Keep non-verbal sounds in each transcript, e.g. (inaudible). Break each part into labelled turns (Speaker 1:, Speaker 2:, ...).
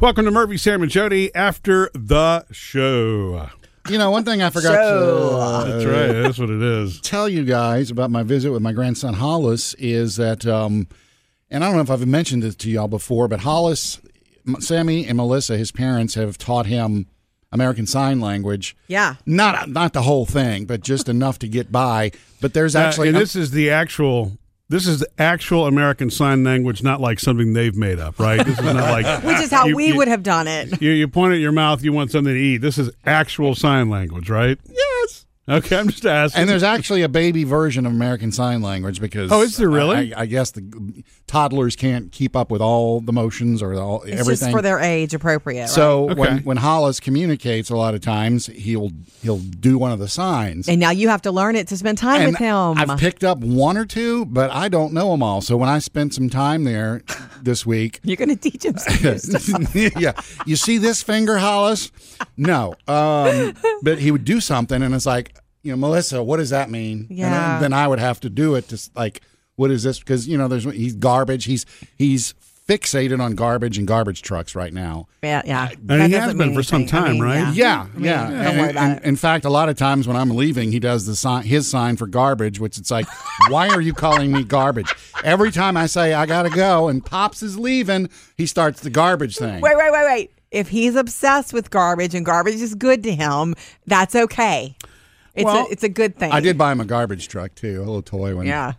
Speaker 1: Welcome to Murphy, Sam, and Jody after the show.
Speaker 2: You know, one thing I forgot
Speaker 3: So-
Speaker 2: to uh,
Speaker 1: That's right. That's what it is.
Speaker 2: tell you guys about my visit with my grandson Hollis is that, um, and I don't know if I've mentioned this to y'all before, but Hollis, M- Sammy, and Melissa, his parents, have taught him American Sign Language.
Speaker 3: Yeah.
Speaker 2: Not not the whole thing, but just enough to get by. But there's actually
Speaker 1: Uh, and this is the actual. This is the actual American Sign Language, not like something they've made up, right? This is not like
Speaker 2: (laughs)
Speaker 3: Which
Speaker 1: (laughs)
Speaker 3: is how
Speaker 1: you-
Speaker 3: we
Speaker 1: you-
Speaker 3: would have done it.
Speaker 1: You, you point at your mouth, you want something to eat. This is actual sign language, right?
Speaker 2: yes.
Speaker 1: Okay, I'm just asking.
Speaker 2: And there's actually a baby version of American Sign Language because
Speaker 1: Oh, is there really?
Speaker 2: I, I, I guess the toddlers can't keep up with all the motions or all
Speaker 3: It's
Speaker 2: everything
Speaker 3: just for their age appropriate. right?
Speaker 2: So
Speaker 1: Okay.
Speaker 2: when, when Hollis communicates, a lot of times he'll he'll do one of the signs.
Speaker 3: And now you have to learn it to spend time
Speaker 2: And
Speaker 3: with him.
Speaker 2: I've picked up one or two, but I don't know them all. So when I spent some time
Speaker 3: (laughs)
Speaker 2: there this week,
Speaker 3: You're going to teach him some
Speaker 1: (laughs)
Speaker 3: new stuff.
Speaker 2: (laughs) yeah, you see this finger, Hollis? No, um, but he would do something, and it's like, you know, Melissa, what does that mean? And
Speaker 3: Yeah.
Speaker 2: then I would have to do it to s- like, what is this? Because you know, there's he's garbage. He's he's fixated on garbage and garbage trucks right now.
Speaker 3: Yeah, yeah.
Speaker 1: And
Speaker 3: That
Speaker 1: he has
Speaker 3: doesn't
Speaker 1: been
Speaker 3: mean
Speaker 1: for some
Speaker 3: anything.
Speaker 1: time, right?
Speaker 2: Yeah, yeah.
Speaker 3: don't
Speaker 2: And-
Speaker 3: worry about
Speaker 2: and-
Speaker 3: it.
Speaker 2: In fact, a lot of times when I'm leaving, he does the sign, his sign for garbage, which it's like, why are you calling me garbage? Every time I say I gotta go, and pops is leaving, he starts the garbage thing.
Speaker 3: Wait, wait, wait, wait. If he's obsessed with garbage and garbage is good to him, that's okay. It's
Speaker 1: Well,
Speaker 3: a it's a good thing.
Speaker 2: I did buy him a garbage truck too, a little toy one.
Speaker 3: Yeah.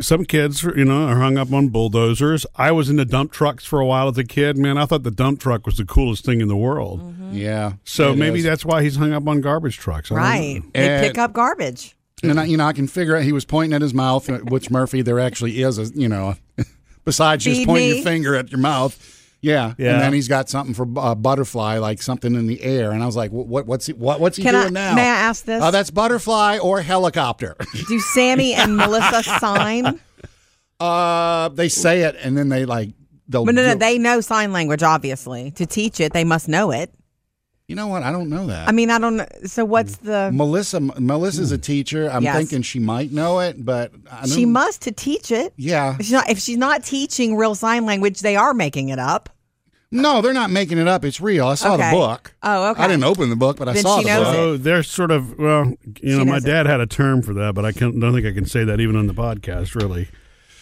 Speaker 1: Some kids, you know, are hung up on bulldozers. I was into dump trucks for a while as a kid. Man, I thought the dump truck was the coolest thing in the world.
Speaker 2: yeah.
Speaker 1: So
Speaker 2: Mm-hmm. It
Speaker 1: maybe
Speaker 2: is.
Speaker 1: that's why he's hung up on garbage trucks. I don't
Speaker 3: Right.
Speaker 1: know.
Speaker 3: They
Speaker 2: And-
Speaker 3: pick up garbage.
Speaker 2: And I, you know, I can figure out he was pointing at his mouth, uh, which Murphy there actually is, a, you know, (laughs) besides just
Speaker 3: Feed
Speaker 2: pointing your
Speaker 3: me.
Speaker 2: finger at your mouth. Yeah.
Speaker 1: Yeah.
Speaker 2: and then he's got something for uh, butterfly, like something in the air, and I was like, "What? what what's he? What, what's he
Speaker 3: Can I-
Speaker 2: doing now?"
Speaker 3: may I ask this?
Speaker 2: Uh, that's butterfly or helicopter. (laughs)
Speaker 3: Do
Speaker 1: (laughs)
Speaker 3: Sammy and Melissa sign?
Speaker 2: uh, they say it, and then they like they'll.
Speaker 3: But no, no,
Speaker 2: do-
Speaker 3: they know sign language. Obviously, to teach it, they must know it.
Speaker 2: You know what? I don't know that.
Speaker 3: I mean, I don't. know. So what's the?
Speaker 2: Melissa, Melissa's a teacher. I'm
Speaker 3: Yes.
Speaker 2: thinking she might know it, but I
Speaker 3: She
Speaker 2: don't-
Speaker 3: must to teach it.
Speaker 2: Yeah.
Speaker 3: If she's, not, if she's not teaching real sign language, they are making it up.
Speaker 2: No, they're not making it up. It's real. I saw
Speaker 3: Okay.
Speaker 2: the book.
Speaker 3: Oh, okay.
Speaker 2: I didn't open the book, but I
Speaker 3: Then
Speaker 2: saw
Speaker 3: she
Speaker 2: the
Speaker 3: knows
Speaker 2: book.
Speaker 3: it.
Speaker 1: So Oh, they're sort of, well, you know, my
Speaker 3: knows it.
Speaker 1: dad had a term for that, but I can't, don't think I can say that even on the podcast, really.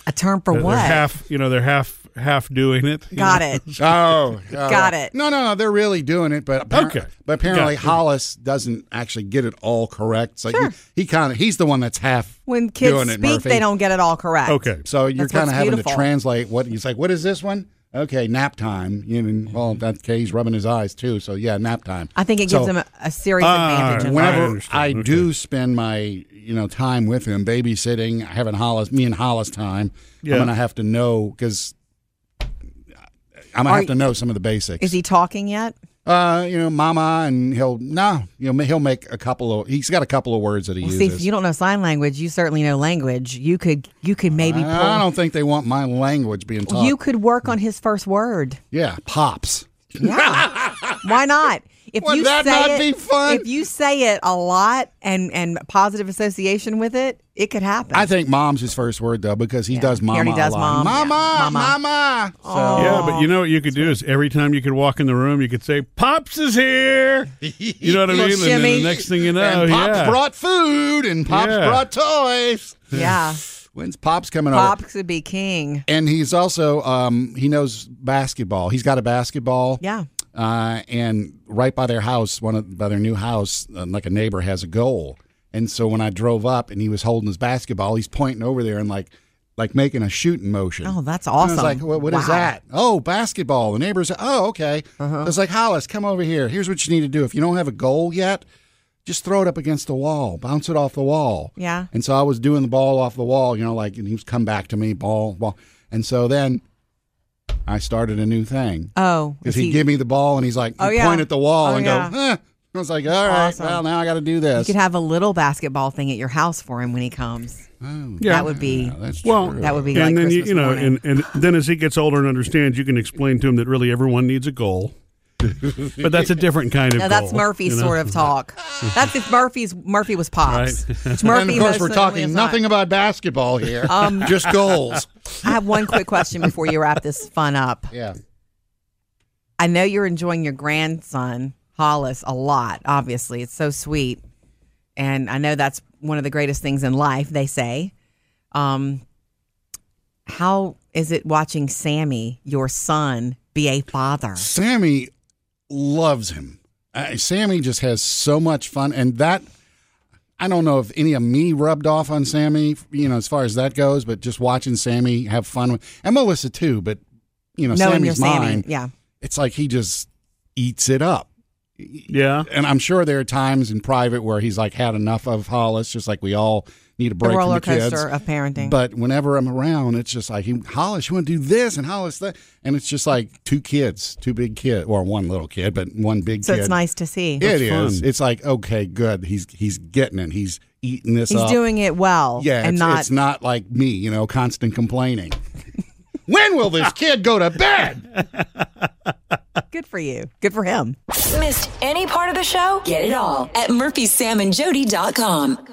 Speaker 3: A term
Speaker 2: Uh,
Speaker 3: for
Speaker 1: They're,
Speaker 3: what?
Speaker 1: they're half, you know, they're half half doing it. you
Speaker 3: Got
Speaker 1: know?
Speaker 2: (laughs) (laughs)
Speaker 3: it.
Speaker 2: Oh, oh.
Speaker 3: Got it.
Speaker 2: No, no, no. They're really doing it, but appar-
Speaker 1: Okay.
Speaker 2: But apparently,
Speaker 1: Got it.
Speaker 2: Hollis doesn't actually get it all correct. So
Speaker 3: Sure.
Speaker 2: he, he kind of he's the one that's half
Speaker 3: When kids
Speaker 2: doing it,
Speaker 3: speak,
Speaker 2: Murphy.
Speaker 3: they don't get it all correct.
Speaker 1: Okay.
Speaker 2: So you're
Speaker 3: That's what's
Speaker 2: kind of having
Speaker 3: beautiful.
Speaker 2: to translate what he's like. What is this one? Okay, nap time. You know, well, that okay, he's rubbing his eyes too. So yeah, nap time.
Speaker 3: I think it
Speaker 2: So-
Speaker 3: gives
Speaker 2: uh,
Speaker 3: them a, a serious
Speaker 1: Ah,
Speaker 3: advantage. in
Speaker 1: when-
Speaker 3: life.
Speaker 1: I
Speaker 2: Whenever
Speaker 1: understand.
Speaker 2: I,
Speaker 1: Okay.
Speaker 2: do spend my you know time with him, babysitting, having Hollis, me and Hollis time,
Speaker 1: Yeah.
Speaker 2: I'm gonna have to know because I'm gonna
Speaker 3: Are-
Speaker 2: have to know some of the basics.
Speaker 3: Is he talking yet?
Speaker 2: Uh, you know, Mama, and he'll no, you know, he'll make a couple of. He's got a couple of words that he
Speaker 3: Well, see,
Speaker 2: uses.
Speaker 3: if you don't know sign language, you certainly know language. You could, you could maybe
Speaker 2: I
Speaker 3: pull.
Speaker 2: don't think they want my language being taught.
Speaker 3: You could work on his first word.
Speaker 2: yeah, pops. (laughs)
Speaker 3: Yeah. Why not? If
Speaker 2: Would
Speaker 3: you
Speaker 2: that
Speaker 3: say
Speaker 2: not
Speaker 3: it,
Speaker 2: be fun?
Speaker 3: If you say it a lot and and positive association with it, it could happen.
Speaker 2: I think mom's his first word though because he does
Speaker 3: He
Speaker 2: mama
Speaker 3: already does
Speaker 2: a lot.
Speaker 3: mom, yeah.
Speaker 2: Mama,
Speaker 3: Mama.
Speaker 2: mama. So,
Speaker 1: Yeah, but you know what you could do is every time you could walk in the room, you could say, "Pops is here." You know what I mean?
Speaker 3: Little
Speaker 1: And then the
Speaker 3: shimmy.
Speaker 1: next thing you know,
Speaker 2: and pops
Speaker 1: yeah.
Speaker 2: brought food and pops
Speaker 1: Yeah.
Speaker 2: brought toys.
Speaker 3: yeah.
Speaker 2: When's pops coming
Speaker 3: Pop
Speaker 2: over?
Speaker 3: could be king.
Speaker 2: And he's also um, he knows basketball. He's got a basketball.
Speaker 3: Yeah.
Speaker 2: uh, and right by their house, one of, by their new house, uh, like a neighbor has a goal. And so when I drove up and he was holding his basketball, he's pointing over there and like like making a shooting motion.
Speaker 3: Oh, that's
Speaker 2: And I
Speaker 3: awesome.
Speaker 2: was like, what, what is
Speaker 3: Wow. Uh-huh.
Speaker 2: that? Oh, basketball. The neighbors, oh, okay. I was like, Hollis, come over here. Here's what you need to do. If you don't have a goal yet, just throw it up against the wall, bounce it off the wall.
Speaker 3: Yeah.
Speaker 2: And so I was doing the ball off the wall, you know, like, and he was come back to me, ball, ball. And so then I started a new thing.
Speaker 3: Oh,
Speaker 2: Because
Speaker 3: is
Speaker 2: he'd
Speaker 3: he-
Speaker 2: give me the ball and he's like,
Speaker 3: Oh,
Speaker 2: he'd
Speaker 3: yeah.
Speaker 2: point at the wall
Speaker 3: Oh,
Speaker 2: and go, eh. I was like, all right,
Speaker 3: Awesome.
Speaker 2: well, now I got to do
Speaker 3: you
Speaker 2: this.
Speaker 3: could have a little basketball thing at your house for him when he comes.
Speaker 1: Yeah.
Speaker 3: That would be
Speaker 2: Oh, Yeah, that's
Speaker 1: Well,
Speaker 2: true.
Speaker 3: that would be
Speaker 1: and
Speaker 3: like
Speaker 1: then you,
Speaker 3: Christmas
Speaker 1: you know,
Speaker 3: morning.
Speaker 1: and, and then as he gets older and understands, you can explain to him that really everyone needs a
Speaker 3: (laughs)
Speaker 1: goal. but that's a different kind of.
Speaker 3: No, that's
Speaker 1: goal,
Speaker 3: Murphy's
Speaker 1: you know?
Speaker 3: sort of talk. That's if Murphy's Murphy was pops.
Speaker 2: and
Speaker 3: Which Murphy
Speaker 2: of course,
Speaker 3: most
Speaker 2: we're
Speaker 3: certainly
Speaker 2: talking
Speaker 3: is not. Um,
Speaker 2: nothing about basketball
Speaker 3: (laughs)
Speaker 2: here, just goals.
Speaker 3: I have one quick question before you wrap this fun up.
Speaker 2: Yeah.
Speaker 3: I know you're enjoying your grandson, Hollis, a lot, obviously. It's so sweet. And I know that's one of the greatest things in life, they say. Um, how is it watching Sammy, your son, be a father?
Speaker 2: Sammy loves him. Uh, Sammy just has so much fun, and that I don't know if any of me rubbed off on Sammy, you know, as far as that goes. But just watching Sammy have fun with, and Melissa too, but you know,
Speaker 3: Knowing
Speaker 2: Sammy's
Speaker 3: you're Sammy.
Speaker 2: mine.
Speaker 3: Yeah.
Speaker 2: It's like he just eats it up.
Speaker 1: Yeah.
Speaker 2: And I'm sure there are times in private where he's like had enough of Hollis, just like we all need a
Speaker 3: The
Speaker 2: break from
Speaker 3: roller
Speaker 2: the kids.
Speaker 3: coaster of parenting.
Speaker 2: But whenever I'm around, it's just like, Hollis, you want to do this and Hollis that. And it's just like two kids, two big kids, or one little kid, but one big
Speaker 3: so
Speaker 2: kid.
Speaker 3: it's nice to see.
Speaker 2: It
Speaker 1: That's fun.
Speaker 2: is. It's like, okay, good. He's he's getting it. He's eating this
Speaker 3: He's
Speaker 2: up.
Speaker 3: doing it well.
Speaker 2: yeah,
Speaker 3: And
Speaker 2: it's,
Speaker 3: not.
Speaker 2: it's not like me, you know, constant
Speaker 3: (laughs)
Speaker 2: complaining. when will this kid go to bed?
Speaker 3: Good for you. Good for him.
Speaker 4: Missed any part of the show? Get it all at murphysamandjody.com.